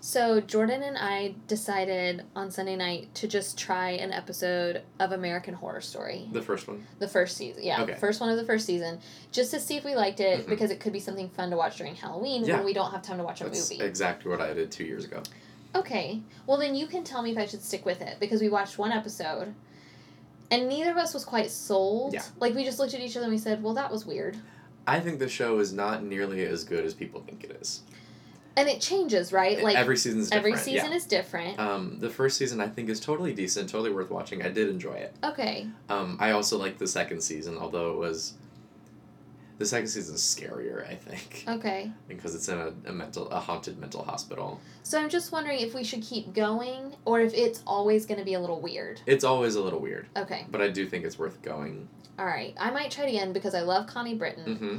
So Jordan and I decided on Sunday night to just try an episode of American Horror Story. The first one. The first season, yeah, Okay. first one of the first season, just to see if we liked it Mhm. because it could be something fun to watch during Halloween Yeah. when we don't have time to watch a That's movie. exactly what I did two years ago. Okay. Well, then you can tell me if I should stick with it because we watched one episode and neither of us was quite sold. Yeah. Like, we just looked at each other and we said, well, that was weird. I think the show is not nearly as good as people think it is. And it changes, right? Like, every season's different. every yeah. season is different. Um, the first season I think is totally decent, totally worth watching. I did enjoy it. okay. Um, I also liked the second season, although it was. The second season's scarier, I Uh. think, Okay. because it's in a, a mental, a haunted mental hospital. So I'm just wondering if we should keep going or if it's always going to be a little weird. It's always a little weird, Okay. but I do think it's worth going. All right. I might try it again because I love Connie Britton. Mm-hmm.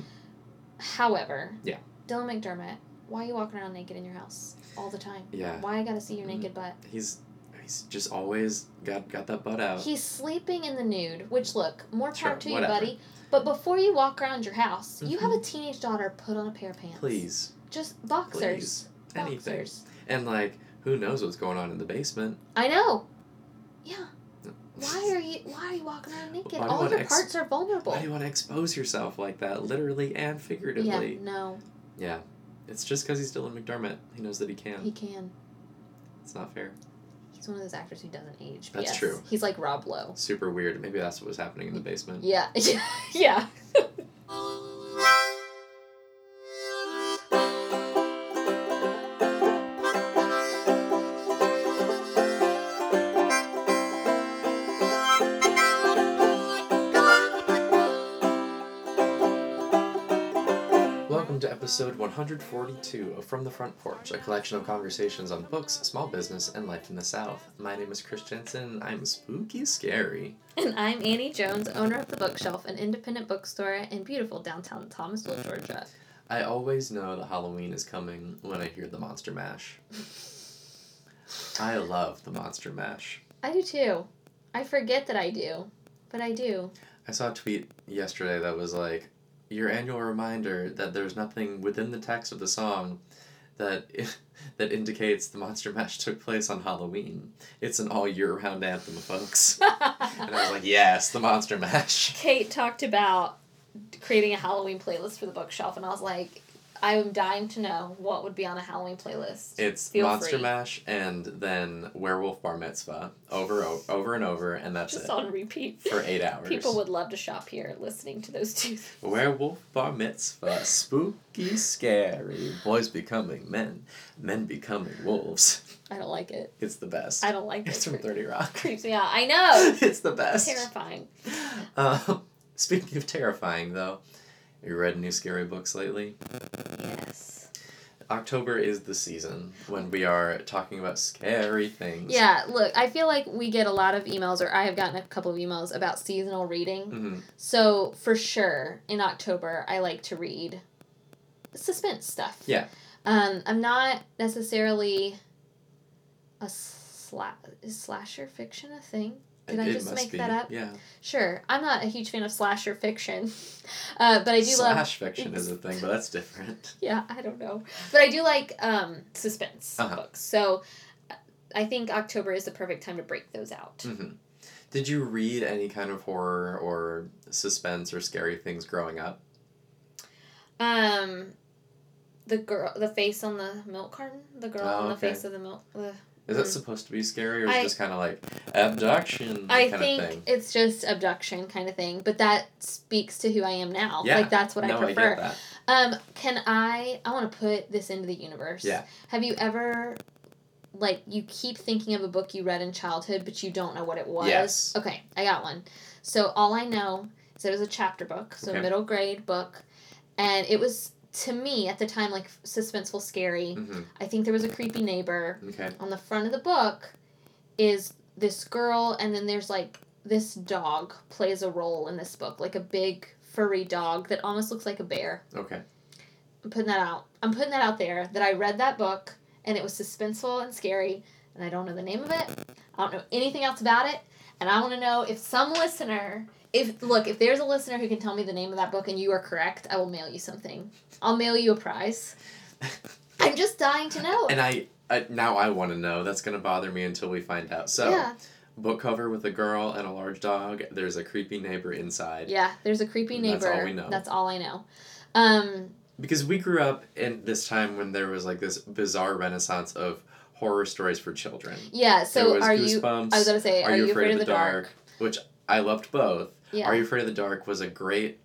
However, Yeah. Dylan McDermott, why are you walking around naked in your house all the time? Yeah, Why I got to see your Mm. naked butt? he's he's just always got got that butt out. He's sleeping in the nude, which look, more power Oh. Sure, to you, whatever. buddy. But before you walk around your house, you have Mhm. a teenage daughter put on a pair of pants. please, Just boxers. please, anything, Boxers. and like who knows what's going on in the basement? I know. Yeah. Why are you why are you walking around naked? Why do you All wanna your ex- parts are vulnerable. Why do you want to expose yourself like that, literally and yeah, figuratively? no, Yeah. It's just because he's Dylan McDermott. He knows that he can. he can. It's not fair. He's one of those actors who doesn't age. That's yes. true. He's like Rob Lowe. Super weird. Maybe that's what was happening in the basement. Yeah. yeah. Welcome to episode 142 of From the Front Porch, a collection of conversations on books, small business, and life in the South. My name is Chris Jensen. I'm spooky scary. And I'm Annie Jones, owner of The Bookshelf, an independent bookstore in beautiful downtown Thomasville, Georgia. I always know that Halloween is coming when I hear the Monster Mash. I love the Monster Mash. I do too. I forget that I do, but I do. I saw a tweet yesterday that was like, "Your annual reminder that there's nothing within the text of the song that that indicates the Monster Mash took place on Halloween. It's an all year round anthem, folks." and I was like, "Yes, the Monster Mash." Kate talked about creating a Halloween playlist for the bookshelf, and I was like, I'm dying to know what would be on a Halloween playlist. It's Feel Monster free. Mash and then Werewolf Bar Mitzvah over o- over and over, and that's Just it on repeat. for eight hours. People would love to shop here listening to those two. Werewolf bar mitzvah, spooky, scary. Boys becoming men, men becoming wolves. I don't like it. It's the best. I don't like It's it. from It 30 Rock. creeps me out. I know. it's the best. Oh. Terrifying. Um, speaking of terrifying, though, have you read any scary books lately? Yes. October is the season when we are talking about scary things. Yeah, look, I feel like we get a lot of emails, or I have gotten a couple of emails about seasonal reading. hmm So for sure, in October, I like to read suspense stuff. Yeah. Um, I'm not necessarily a sla- is slasher fiction a thing. Did I just make that up? Yeah. Sure, I'm not a huge fan of slasher fiction, uh, but I do love. Slash fiction is a thing, but that's different. Yeah, I don't know, but I do like um, suspense Uh-huh. books. So uh, I think October is the perfect time to break those out. hmm Did you read any kind of horror or suspense or scary things growing up? Mm. Um, the girl, the face on the milk carton, the girl Oh, on the okay. face of the milk. The, Is that Mm. supposed to be scary or is I- it just kind of like abduction I kind think of thing? it's just abduction kind of thing, but that speaks to who I am now. Yeah. Like that's what I no, I get prefer. that. um, can I? I want to put this into the universe. Yeah. Have you ever, like, you keep thinking of a book you read in childhood, but you don't know what it was? Yes. Okay, I got one. So all I know is it was a chapter book, so Okay. middle grade book, and it was to me at the time like suspenseful, scary. Mm-hmm. I think there was a creepy neighbor Okay. on the front of the book is this girl and then there's like this dog plays a role in this book like a big furry dog that almost looks like a bear Okay. i'm putting that out i'm putting that out there that i read that book and it was suspenseful and scary and i don't know the name of it i don't know anything else about it and i want to know if some listener if look if there's a listener who can tell me the name of that book and you are correct i will mail you something i'll mail you a prize i'm just dying to know. And I, I now I want to know. That's gonna bother me until we find out. So yeah, book cover with a girl and a large dog. There's a creepy neighbor inside. yeah. There's a creepy neighbor. That's all we know. That's all I know. Um, Because we grew up in this time when there was like this bizarre renaissance of horror stories for children. yeah. there So was are you? Goosebumps. I was gonna say, are, you afraid, of the dark? Which I loved both. Yeah. Are You Afraid of the Dark was a great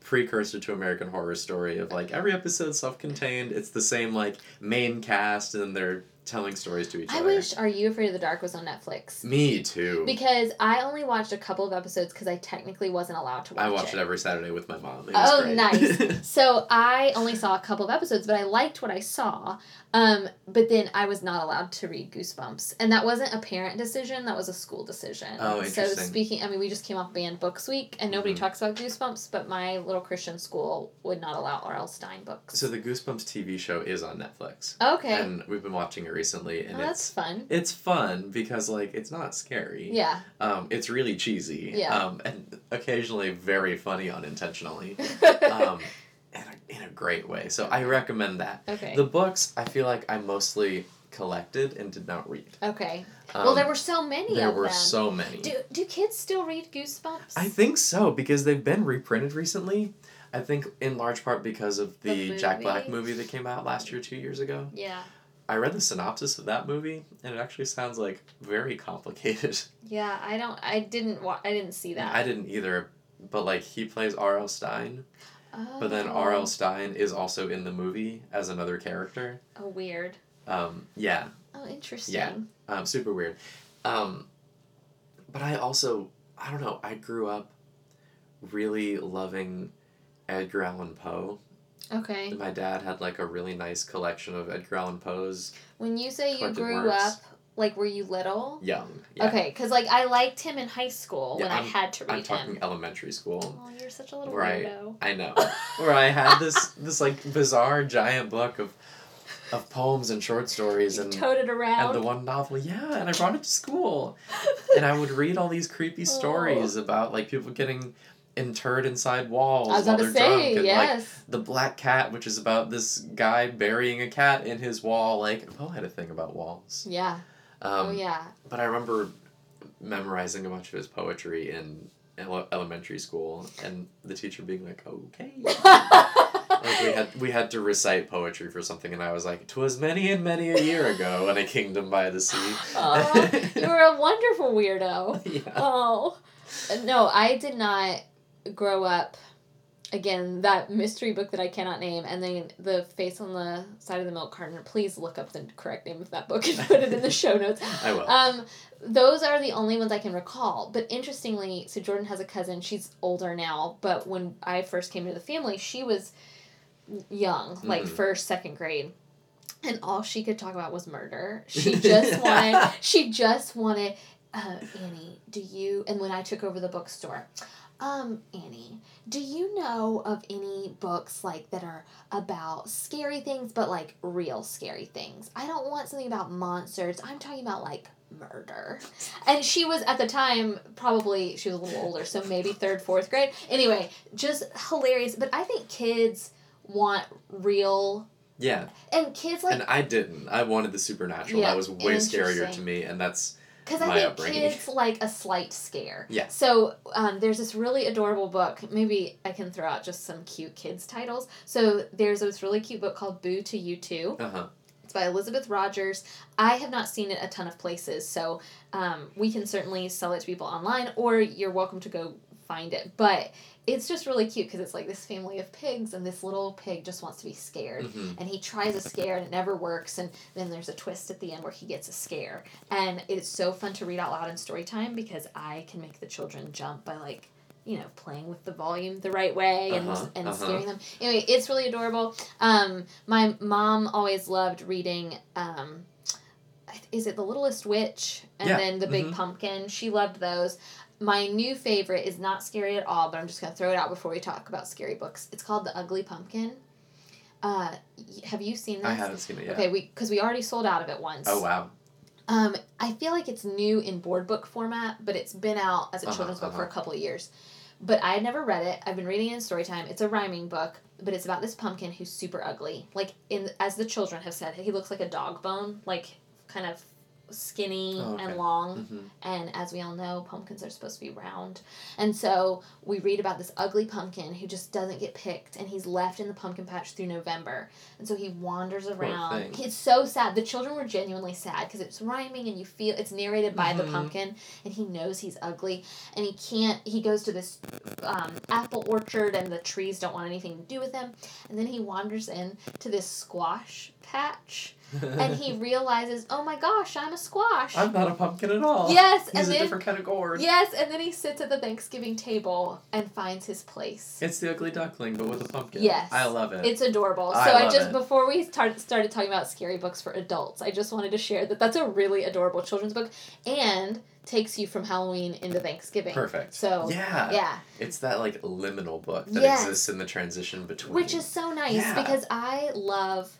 precursor to American Horror Story of like every episode self contained. It's the same like main cast and then they're telling stories to each I other. wish Are You Afraid of the Dark was on Netflix Me too. because I only watched a couple of episodes because I technically wasn't allowed to watch I watched it. every Saturday with my mom. It was Oh, great. nice. So I only saw a couple of episodes, but I liked what I saw. Um, but then I was not allowed to read Goosebumps, and that wasn't a parent decision; that was a school decision. Oh, So interesting. speaking, I mean, we just came off Banned Books Week, and nobody Mhm. talks about Goosebumps, but my little Christian school would not allow R.L. Stein books. so the Goosebumps TV show is on Netflix. okay, And we've been watching it recently and Well, that's it's fun. it's fun because like it's not scary. Yeah, Um, it's really cheesy. Yeah. Um, and occasionally very funny unintentionally. um, in, a, in a great way. So I recommend that. okay. The books, I feel like I mostly collected and did not read. okay. Um, well, there were so many there of were them. so many. do do kids still read Goosebumps? I think so because they've been reprinted recently. I think in large part because of The the, Jack movie? Black movie that came out last year, two years ago. yeah. I read the synopsis of that movie, and it actually sounds like very complicated. Yeah, I don't. I didn't. Wa- I didn't see that. I didn't either, but like he plays R.L. Stein, but then Oh. R.L. Stein is also in the movie as another character. Oh, weird. Um, yeah, Oh, interesting. um, super weird. Um, but I also, I don't know, I grew up really loving Edgar Allan Poe. Okay. My dad had like a really nice collection of Edgar Allan Poe's When you say you Collected grew works. up, like, were you little? young. Okay, 'cause Okay, because, like, I liked him in high school Yeah, when i I'm- had to read I'm talking him. elementary school. Oh, you're such a little Right. weirdo. I know. Where I had this this like bizarre giant book of of poems and short stories You and toed it and around. the one novel, yeah, and I brought it to school. and I would read all these Oh. creepy stories about like people getting interred inside walls I was while about they're to say, drunk and like yes. the black cat which is about this guy burying a cat in his wall like Poe had a thing about walls yeah. um, oh, yeah. but i remember memorizing a bunch of his poetry in ele- elementary school and the teacher being like okay like we had we had to recite poetry for something and i was like twas many and many a year ago in a kingdom by the sea Aw, you were a wonderful weirdo. yeah. oh no i did not grow up again that mystery book that i cannot name and then the face on the side of the milk carton please look up the correct name of that book and put it in the show notes i will um those are the only ones i can recall but interestingly so jordan has a cousin she's older now but when i first came to the family she was young like Mhm. first second grade and all she could talk about was murder she just wanted she just wanted uh, annie do you and when i took over the bookstore um annie do you know of any books like that are about scary things but like real scary things i don't want something about monsters i'm talking about like murder and she was at the time probably she was a little older so maybe third fourth grade anyway just hilarious but i think kids want real yeah and kids like and i didn't i wanted the supernatural Yeah, that was way scarier to interesting. me and that's Because I my think upbringing. kids like a slight scare. Yeah. So um, there's this really adorable book. Maybe I can throw out just some cute kids' titles. So there's this really cute book called Boo to You Too. uh-huh It's by Elizabeth Rogers. I have not seen it a ton of places, so um, we can certainly sell it to people online, or you're welcome to go find it. But it's just really cute because it's like this family of pigs, and this little pig just wants to be scared hmm and he tries a scare and it never works and then there's a twist at the end where he gets a scare and it's so fun to read out loud in story time because i can make the children jump by like you know playing with the volume the right way and, Uh-huh, and uh-huh. scaring them anyway it's really adorable um, my mom always loved reading um, I th- is it the littlest witch and Yeah, then the big mhm. pumpkin she loved those my new favorite is not scary at all, but I'm just gonna throw it out before we talk about scary books. It's called The Ugly Pumpkin. Uh, y- have you seen this? i haven't seen it yet Okay, we because we already sold out of it once. oh wow Um, I feel like it's new in board book format, but it's been out as a Uh-huh, children's book for a uh-huh. couple of years. but I had never read it. I've been reading it in story time. It's a rhyming book, but it's about this pumpkin who's super ugly. Like in as the children have said, he looks like a dog bone, like kind of skinny Oh, okay. and long. Mm-hmm. And as we all know, pumpkins are supposed to be round. And so we read about this ugly pumpkin who just doesn't get picked and he's left in the pumpkin patch through November. And so he wanders around. thing. It's so sad. The children were genuinely sad because it's rhyming and you feel it's narrated by the Mhm. pumpkin and he knows he's ugly and he can't. He goes to this um, apple orchard and the trees don't want anything to do with him. And then he wanders in to this squash patch and he realizes, oh my gosh, I'm a squash. I'm not a pumpkin at all. Yes, He's and a then- different kind of gourd. Yes, and then he sits at the Thanksgiving table and finds his place. It's the ugly duckling, but with a pumpkin. Yes. I love it. It's adorable. I so I love just it. before we start, started talking about scary books for adults, I just wanted to share that that's a really adorable children's book and takes you from Halloween into Thanksgiving. Perfect. So yeah. yeah, It's that like liminal book that Yes. exists in the transition between. which is so nice Yeah. because I love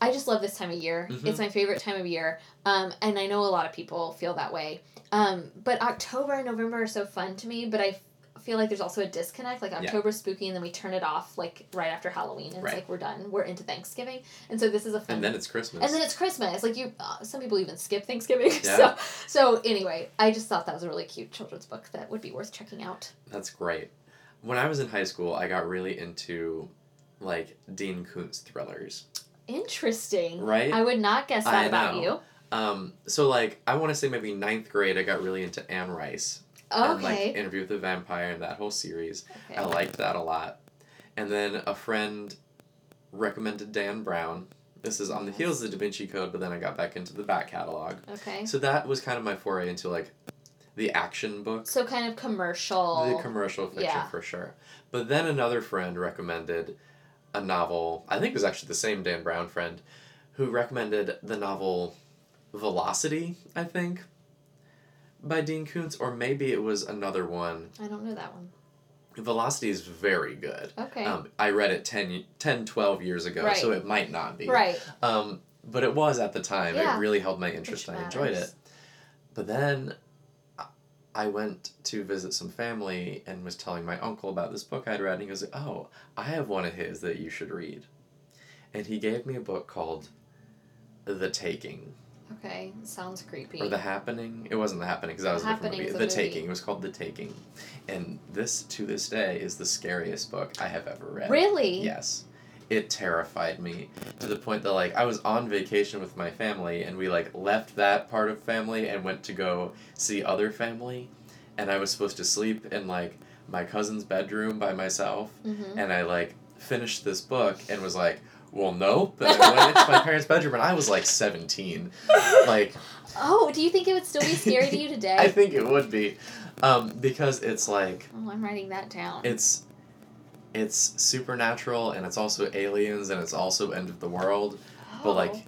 I just love this time of year. Mhm. It's my favorite time of year. Um, and I know a lot of people feel that way. Um, but October and November are so fun to me, but I f- feel like there's also a disconnect. Like October's spooky and then we turn it off like right after Halloween and Right. it's like we're done. We're into Thanksgiving. And so this is a fun And then it's Christmas. and then it's Christmas. Like you uh, some people even skip Thanksgiving. Yeah. So so anyway, I just thought that was a really cute children's book that would be worth checking out. That's great. When I was in high school, I got really into like Dean Koontz thrillers, Interesting. right? I would not guess that I about know. you. um, so like I want to say maybe ninth grade, I got really into Anne Rice and like Okay. Interview with the Vampire and that whole series. Okay. I liked that a lot. And then a friend recommended Dan Brown. This is on the heels of the Da Vinci Code, but then I got back into the back catalog. Okay. So that was kind of my foray into like the action books. So kind of commercial. The commercial fiction Yeah. for sure. But then another friend recommended a novel. I think it was actually the same Dan Brown friend who recommended the novel Velocity, I think, by Dean Koontz, or maybe it was another one. I don't know that one. Velocity is very good. Okay. Um, I read it 10, y- 10 12 years ago, so Right. it might not be. right. Um, but it was at the time. Yeah. It really held my interest. Which I enjoyed it. matters. But then I- I went to visit some family and was telling my uncle about this book I'd read. And he goes, Oh, I have one of his that you should read. And he gave me a book called The Taking Okay. Sounds creepy. or The Happening. It wasn't The Happening because that The was a different Happening movie. is a The movie. Taking. It was called The Taking. And this, to this day, is the scariest book I have ever read. really? Yes. It terrified me to the point that like I was on vacation with my family and we like left that part of family and went to go see other family and I was supposed to sleep in like my cousin's bedroom by myself Mm-hmm. and I like finished this book and was like, well nope and I went into my parents' bedroom and I was like seventeen. Like Oh, do you think it would still be scary to you today? I think it would be. Um, because it's like oh, I'm writing that down. it's it's supernatural and it's also aliens and it's also end of the world Oh, but like uh,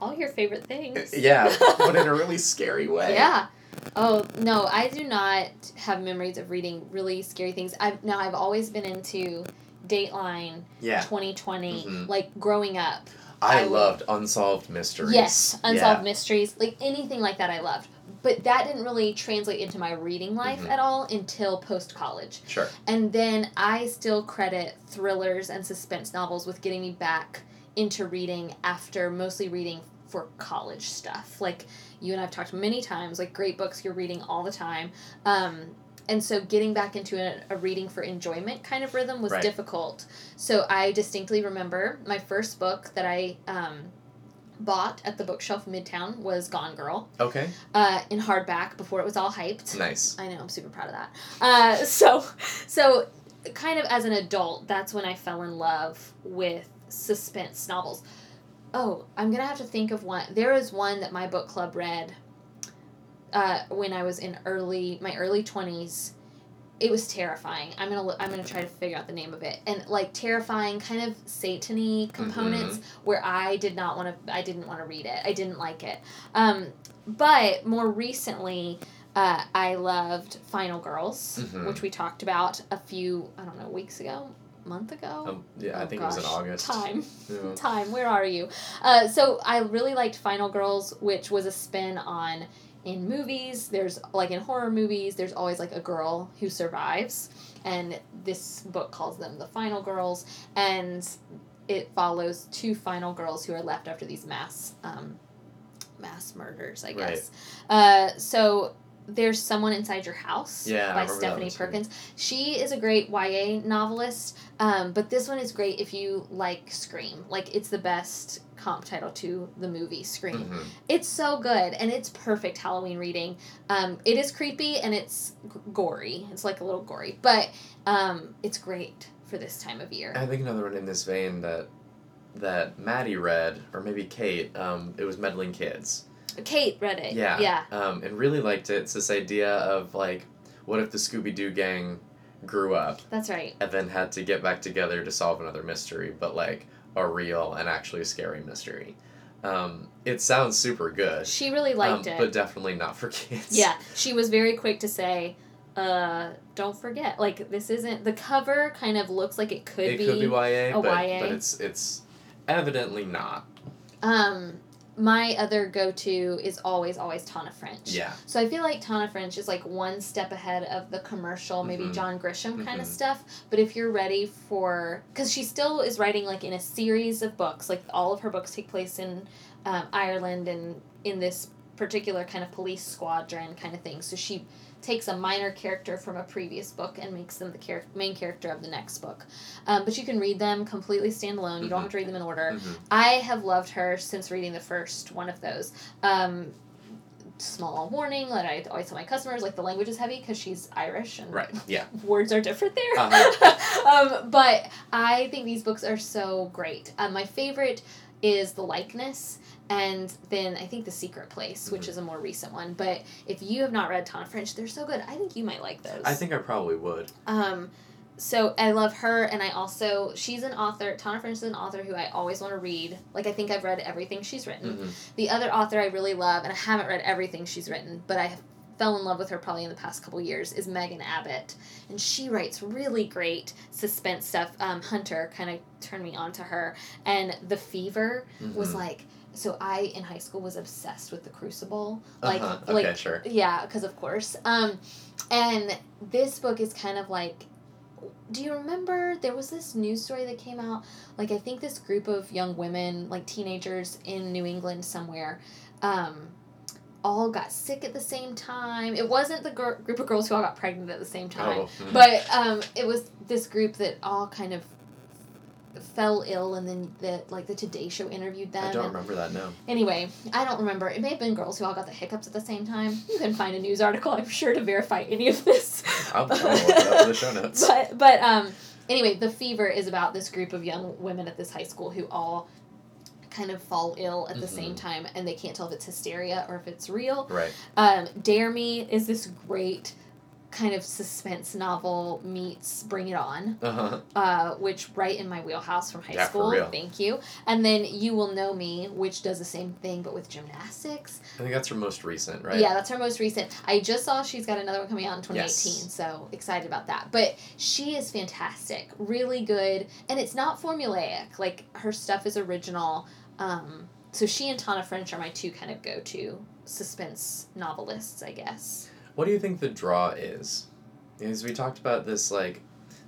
all your favorite things. yeah but in a really scary way Yeah. Oh no, I do not have memories of reading really scary things. I've now I've always been into Dateline, yeah Twenty Twenty, Mhm. like growing up. i, I would- loved unsolved mysteries Yes, unsolved yeah. mysteries, like anything like that, I loved. But that didn't really translate into my reading life Mhm. at all until post college. sure And then I still credit thrillers and suspense novels with getting me back into reading after mostly reading for college stuff. Like you and I've talked many times, like great books you're reading all the time. Um, and so getting back into a, a reading for enjoyment kind of rhythm was Right. difficult. So I distinctly remember my first book that I um, bought at the bookshelf in Midtown was Gone Girl okay uh, in hardback before it was all hyped. nice I know, I'm super proud of that. Uh, so, so kind of as an adult, that's when I fell in love with suspense novels. Oh, I'm gonna have to think of one. There is one that my book club read uh, when I was in early my early twenties. It was terrifying. I'm gonna look, I'm gonna try to figure out the name of it and like terrifying kind of satany components where I did not want to I didn't want to read it. I didn't like it. Um, but more recently, uh, I loved Final Girls, Mhm. which we talked about a few, I don't know, weeks ago, month ago. um, yeah i Oh, think it was in gosh. august Time, Yeah. time, where are you? Uh, so I really liked Final Girls, which was a spin on in movies there's like in horror movies there's always like a girl who survives and this book calls them the final girls and it follows two final girls who are left after these mass um, mass murders i guess uh, so there's someone inside your house Yeah, I by remember that stephanie one, too. perkins she is a great ya novelist um, but this one is great if you like scream like it's the best comp title to the movie scream Mhm. it's so good and it's perfect Halloween reading. Um, it is creepy and it's g- gory. It's like a little gory, but um, it's great for this time of year. I think another one in this vein that that Maddie read, or maybe Kate, um, it was Meddling Kids. Kate read it. Yeah. Eh, Yeah. Um, and really liked it. It's this idea of like, what if the Scooby Doo gang grew up That's right. and then had to get back together to solve another mystery, but like a real and actually scary mystery. Um, it sounds super good. She really liked um, it. But definitely not for kids. yeah. She was very quick to say, uh, don't forget, like, this isn't the cover kind of looks like it could it be. could be YA, a but, YA. but it's it's evidently not. Um, my other go to is always, always Tana French. Yeah. So I feel like Tana French is like one step ahead of the commercial, maybe Mhm. John Grisham kind Mhm. of stuff. But if you're ready for, because she still is writing like in a series of books, like all of her books take place in um, Ireland and in this particular kind of police squadron kind of thing. So she takes a minor character from a previous book and makes them the char- main character of the next book. Um, but you can read them completely standalone. You don't Mhm. have to read them in order. Mhm. I have loved her since reading the first one of those. Um, small warning that I always tell my customers like the language is heavy because she's Irish and Right. Uh-huh. Yeah. words are different there. um, but I think these books are so great. Um, my favorite is The Likeness. And then I think The Secret Place, which Mhm. is a more recent one. But if you have not read Tana French, they're so good. I think you might like those. I think I probably would. Um, so I love her, and I also she's an author. Tana French is an author who I always want to read. Like I think I've read everything she's written. Mhm. The other author I really love, and I haven't read everything she's written, but I fell in love with her probably in the past couple years is Megan Abbott, and she writes really great suspense stuff. Um, Hunter kind of turned me on to her, and The Fever was Mhm. like. So I in high school was obsessed with The Crucible, like Uh-huh. like okay, sure. yeah, because of course. Um, and this book is kind of like, do you remember there was this news story that came out? Like I think this group of young women, like teenagers in New England somewhere, um, all got sick at the same time. It wasn't the gr- group of girls who all got pregnant at the same time, Oh, mhm. but um, it was this group that all kind of fell ill, and then the like the Today Show interviewed them. I don't and remember that. No. Anyway, I don't remember. It may have been girls who all got the hiccups at the same time. You can find a news article, I'm sure, to verify any of this. I'll, I'll look it up for the show notes. But but um anyway, the fever is about this group of young women at this high school who all kind of fall ill at the Mhm. same time and they can't tell if it's hysteria or if it's real. Right. Um, Dare Me is this great kind of suspense novel meets Bring It On Uh huh. uh, which right in my wheelhouse from high Yeah, for school. real. Thank you. And then You Will Know Me, which does the same thing but with gymnastics. I think that's her most recent, right? Yeah, that's her most recent. I just saw she's got another one coming out in 2018, Yes. so excited about that. But she is fantastic, really good, and it's not formulaic. Like her stuff is original. Um, so she and Tana French are my two kind of go to suspense novelists, I guess. What do you think the draw is? Because we talked about this like,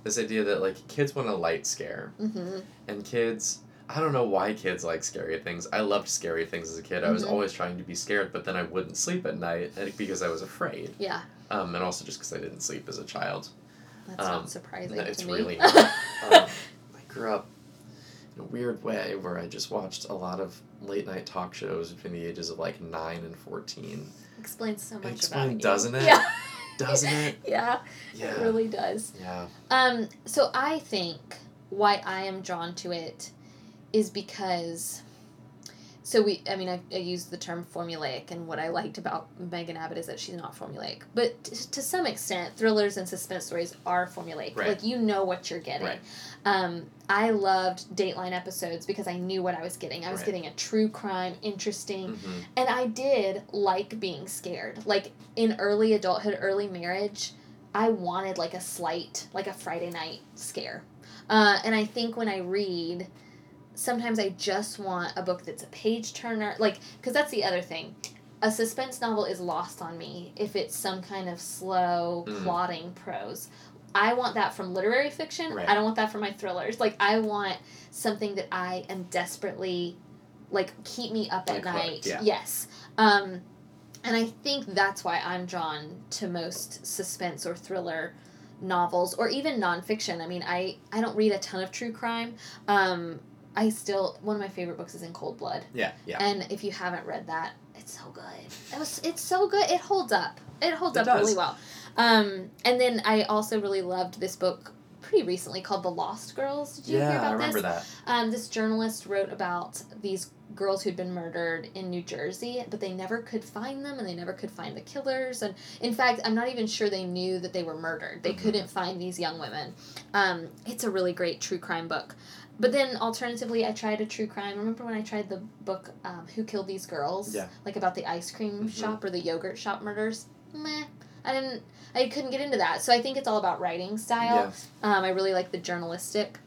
this idea that like kids want a light scare hmm and kids. I don't know why kids like scary things. I loved scary things as a kid. I was Mhm. always trying to be scared, but then I wouldn't sleep at night and- because I was afraid. Yeah, Um, and also just because I didn't sleep as a child. that's Um, not surprising. no, to it's me. really not. Um, I grew up in a weird way where I just watched a lot of late night talk shows between the ages of like 9 and 14. explains so much about explain, you. doesn't it? Yeah. Doesn't it? Yeah, Yeah. it really does. Yeah. Um, so I think why I am drawn to it is because. So we, I mean, I, I used the term formulaic, and what I liked about Megan Abbott is that she's not formulaic, but t- to some extent, thrillers and suspense stories are formulaic. Right. Like you know what you're getting. Right. Um, I loved Dateline episodes because I knew what I was getting. I was Right. getting a true crime, interesting, Mm-hmm. and I did like being scared. Like in early adulthood, early marriage, I wanted like a slight, like a Friday night scare. Uh, and I think when I read, sometimes I just want a book that's a page turner. Like, because that's the other thing. a suspense novel is lost on me if it's some kind of slow Mm. plotting prose. I want that from literary fiction. Right. I don't want that from my thrillers. Like I want something that I am desperately like keep me up at Like hooked, night. yeah. Yes. Um and I think that's why I'm drawn to most suspense or thriller novels or even nonfiction. I mean, I I don't read a ton of true crime. Um I still one of my favorite books is In Cold Blood. Yeah, yeah. And if you haven't read that, it's so good. It was it's so good. It holds up. It holds It up does. really well. Um, and then I also really loved this book pretty recently called The Lost Girls. Did you hear yeah, about I remember this? that. Um, this journalist wrote about these girls who'd been murdered in New Jersey, but they never could find them and they never could find the killers. And in fact, I'm not even sure they knew that they were murdered. They Mhm. couldn't find these young women. Um, it's a really great true crime book. But then alternatively, I tried a true crime. Remember when I tried the book um, Who Killed These Girls? Yeah. Like about the ice cream Mhm. shop or the yogurt shop murders? Meh. I didn't. I couldn't get into that. So I think it's all about writing style. Yeah. Um, I really like the journalistic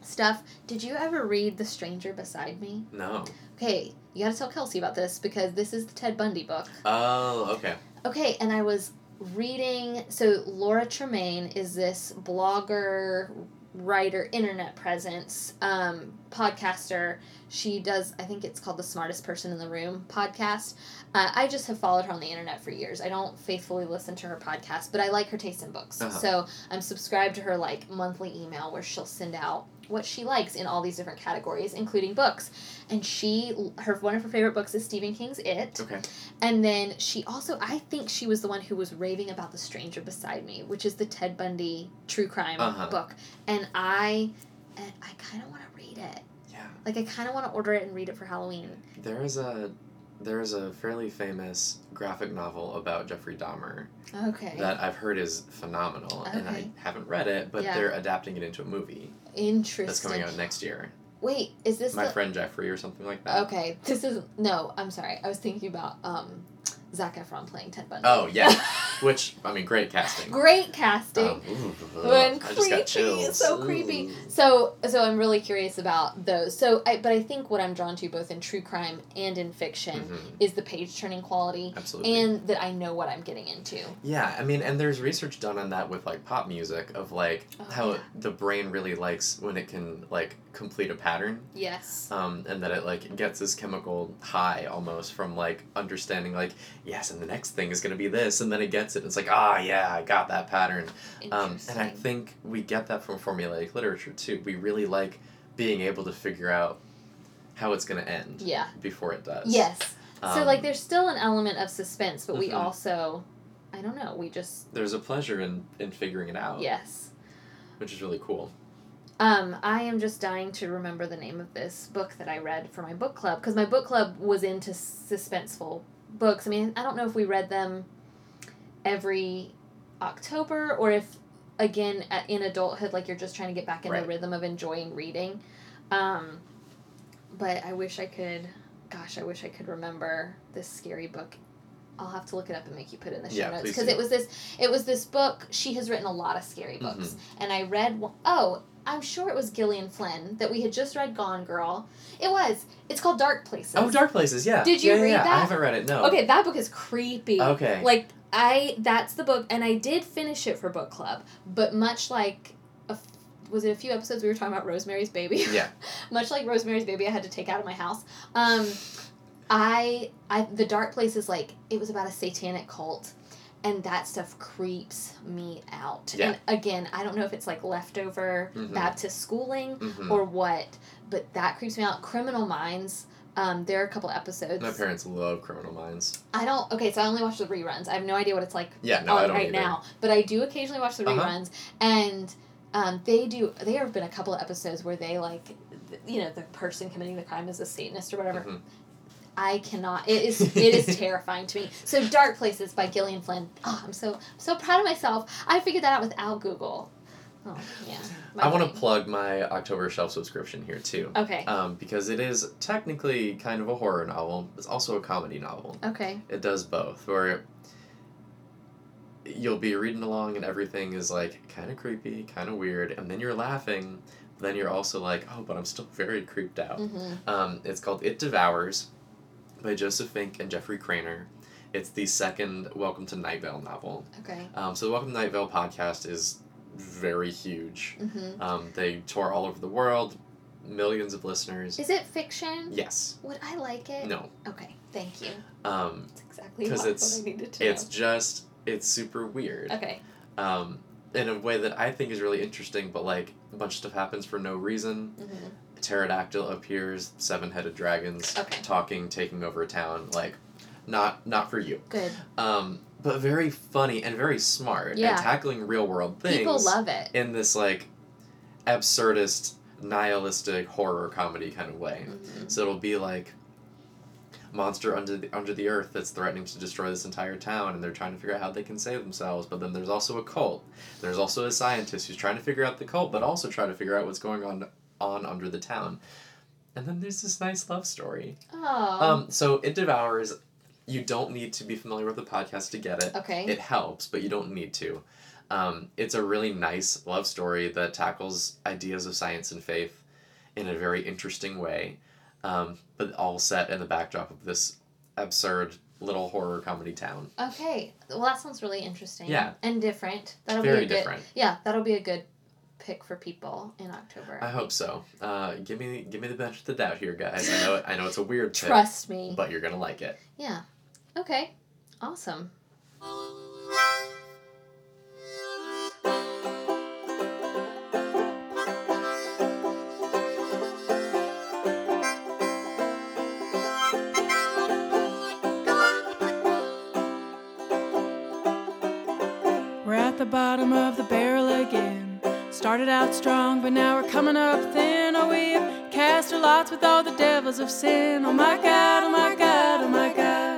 stuff. Did you ever read The Stranger Beside Me? No. Okay, you gotta tell Kelsey about this because this is the Ted Bundy book. Oh, okay. Okay, and I was reading. So Laura Tremaine is this blogger, writer, internet presence, um, podcaster. She does. I think it's called the Smartest Person in the Room podcast. Uh, I just have followed her on the internet for years. I don't faithfully listen to her podcast, but I like her taste in books. Uh-huh. So I'm subscribed to her like monthly email where she'll send out what she likes in all these different categories, including books. And she, her one of her favorite books is Stephen King's It. Okay. And then she also, I think she was the one who was raving about The Stranger Beside Me, which is the Ted Bundy true crime Uh-huh. book. And I, and I kind of want to read it. Yeah. Like I kind of want to order it and read it for Halloween. There is a there is a fairly famous graphic novel about Jeffrey Dahmer Okay. that I've heard is phenomenal, and I Okay. haven't read it, but Yeah. they're adapting it into a movie Interesting. that's coming out next year. Wait, is this My the? friend Jeffrey or something like that. Okay, this is no. I'm sorry. I was thinking about um, Zac Efron playing Ted Bundy. Oh yeah, which I mean, great casting. Great casting. Um, ooh, and I creepy. just got It's chills. so creepy. Ooh. So so I'm really curious about those. So I but I think what I'm drawn to both in true crime and in fiction Mhm. is the page turning quality Absolutely. and that I know what I'm getting into. Yeah, I mean, and there's research done on that with like pop music of like Oh, how yeah. the brain really likes when it can like complete a pattern, Yes. um, and that it like gets this chemical high almost from like understanding like yes, and the next thing is gonna be this, and then it gets it. It's like ah yeah, I got that pattern. Um, Interesting. and I think we get that from formulaic literature too. We really like being able to figure out how it's gonna end yeah. before it does. Yes. so Um, like there's still an element of suspense, but we Mhm. also I don't know, we just there's a pleasure in in figuring it out, yes. which is really cool. Um, I am just dying to remember the name of this book that I read for my book club because my book club was into suspenseful books. I mean, I don't know if we read them every October or if, again, at, in adulthood, like you're just trying to get back in the Right. rhythm of enjoying reading. Um, but I wish I could, gosh, I wish I could remember this scary book. I'll have to look it up and make you put it in the show Yeah, notes please because do. it was this it was this book. She has written a lot of scary Mm-hmm. books, and I read one oh, I'm sure it was Gillian Flynn that we had just read Gone Girl. It was. It's called Dark Places. Oh, Dark Places, yeah. Did you yeah, yeah, read yeah. I that? haven't read it, no. Okay, that book is creepy. Okay. Like I that's the book and I did finish it for book club, but much like a, f- was it a few episodes we were talking about Rosemary's Baby? Yeah. much like Rosemary's Baby I had to take out of my house. Um I I the dark place is like it was about a satanic cult and that stuff creeps me out. Yeah. And again, I don't know if it's like leftover Mhm. Baptist schooling Mhm. or what, but that creeps me out. Criminal Minds, um, there are a couple episodes. My parents love Criminal Minds. I don't. Okay, so I only watch the reruns. I have no idea what it's like Yeah, no, I on don't Oh, right either. now, but I do occasionally watch the Uh-huh. reruns, and um, they do. There have been a couple of episodes where they like, th- you know, the person committing the crime is a Satanist or whatever. Mhm. I cannot. It is. It is terrifying to me. So Dark Places by Gillian Flynn. Oh, I'm so so proud of myself. I figured that out without Google. Oh yeah. my I want brain. to plug my October shelf subscription here too. Okay. Um, because it is technically kind of a horror novel. It's also a comedy novel. Okay. It does both, where you'll be reading along and everything is like kind of creepy, kind of weird, and then you're laughing. But Mm. then you're also like, oh, but I'm still very creeped out. Mm-hmm. Um, it's called It Devours by Joseph Fink and Jeffrey Craner. It's the second Welcome to Night Vale novel. Okay. Um, so the Welcome to Night Vale podcast is very huge. Mm-hmm. Um, they tour all over the world, millions of listeners. Is it fiction? Yes. Would I like it? No. Okay. Thank you. Um, That's exactly 'Cause what, it's- what I needed to it's just it's super weird. know. Okay. um, in a way that I think is really interesting, but like a bunch of stuff happens for no reason. Mm-hmm. Pterodactyl appears, seven headed dragons Okay. talking, taking over a town, like not not for you. Good. Um, but very funny and very smart Yeah. and tackling real world things People love it. in this like absurdist, nihilistic horror comedy kind of way. Mhm. So it'll be like monster under the under the earth that's threatening to destroy this entire town and they're trying to figure out how they can save themselves but then there's also a cult there's also a scientist who's trying to figure out the cult but also trying to figure out what's going on on under the town and then there's this nice love story Oh. um so it devours you don't need to be familiar with the podcast to get it okay. it helps but you don't need to um, it's a really nice love story that tackles ideas of science and faith in a very interesting way um, but all set in the backdrop of this absurd little horror comedy town okay. Well, that sounds really interesting. Yeah. And different. That'll be very a good, different Yeah, that'll be a good pick for people in October. i hope so uh, give me give me the benefit of the doubt here guys i know i know it's a weird pick Trust me. but you're gonna like it Yeah. Okay. Awesome. We're at the bottom of the barrel again. Started out strong, but now we're coming up thin. Oh, we've cast our lots with all the devils of sin. Oh my God, oh my God, oh my God.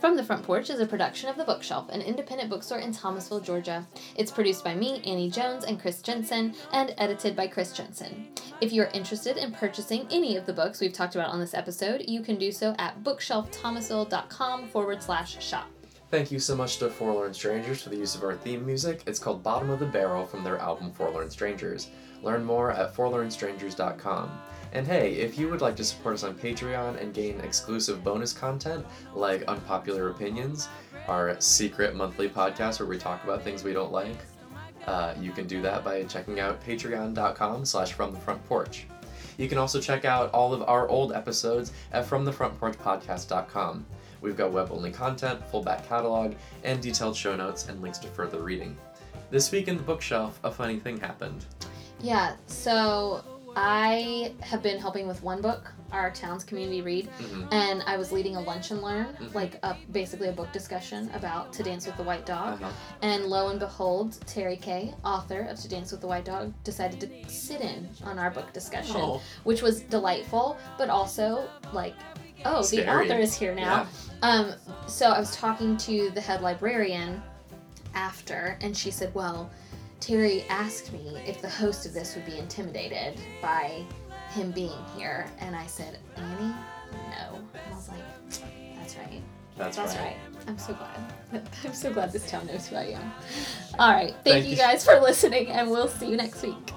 From the Front Porch is a production of The Bookshelf, an independent bookstore in Thomasville, Georgia. It's produced by me, Annie Jones, and Chris Jensen, and edited by Chris Jensen. If you are interested in purchasing any of the books we've talked about on this episode, you can do so at bookshelfthomasville.com forward slash shop. Thank you so much to Forlorn Strangers for the use of our theme music. It's called Bottom of the Barrel from their album Forlorn Strangers. Learn more at forlornstrangers.com. And hey, if you would like to support us on Patreon and gain exclusive bonus content like Unpopular Opinions, our secret monthly podcast where we talk about things we don't like, uh, you can do that by checking out patreon.com slash from the front porch. You can also check out all of our old episodes at fromthefrontporchpodcast.com. We've got web-only content, full back catalog, and detailed show notes and links to further reading. This week in the bookshelf, a funny thing happened. Yeah, so I have been helping with one book, our town's community read, Mhm. and I was leading a lunch and learn, Mhm. like a, basically a book discussion about To Dance with the White Dog. Uh-huh. And lo and behold, Terry Kay, author of To Dance with the White Dog, decided to sit in on our book discussion, Oh. which was delightful, but also like, oh, the Scary. author is here now. Um, so I was talking to the head librarian after, and she said, well, Terry asked me if the host of this would be intimidated by him being here, and I said, Annie, no. And I was like, that's right. that's, That's right. right. I'm so glad. I'm so glad this town knows who I am. All right. Thank, Thank you you. guys for listening, and we'll see you next week.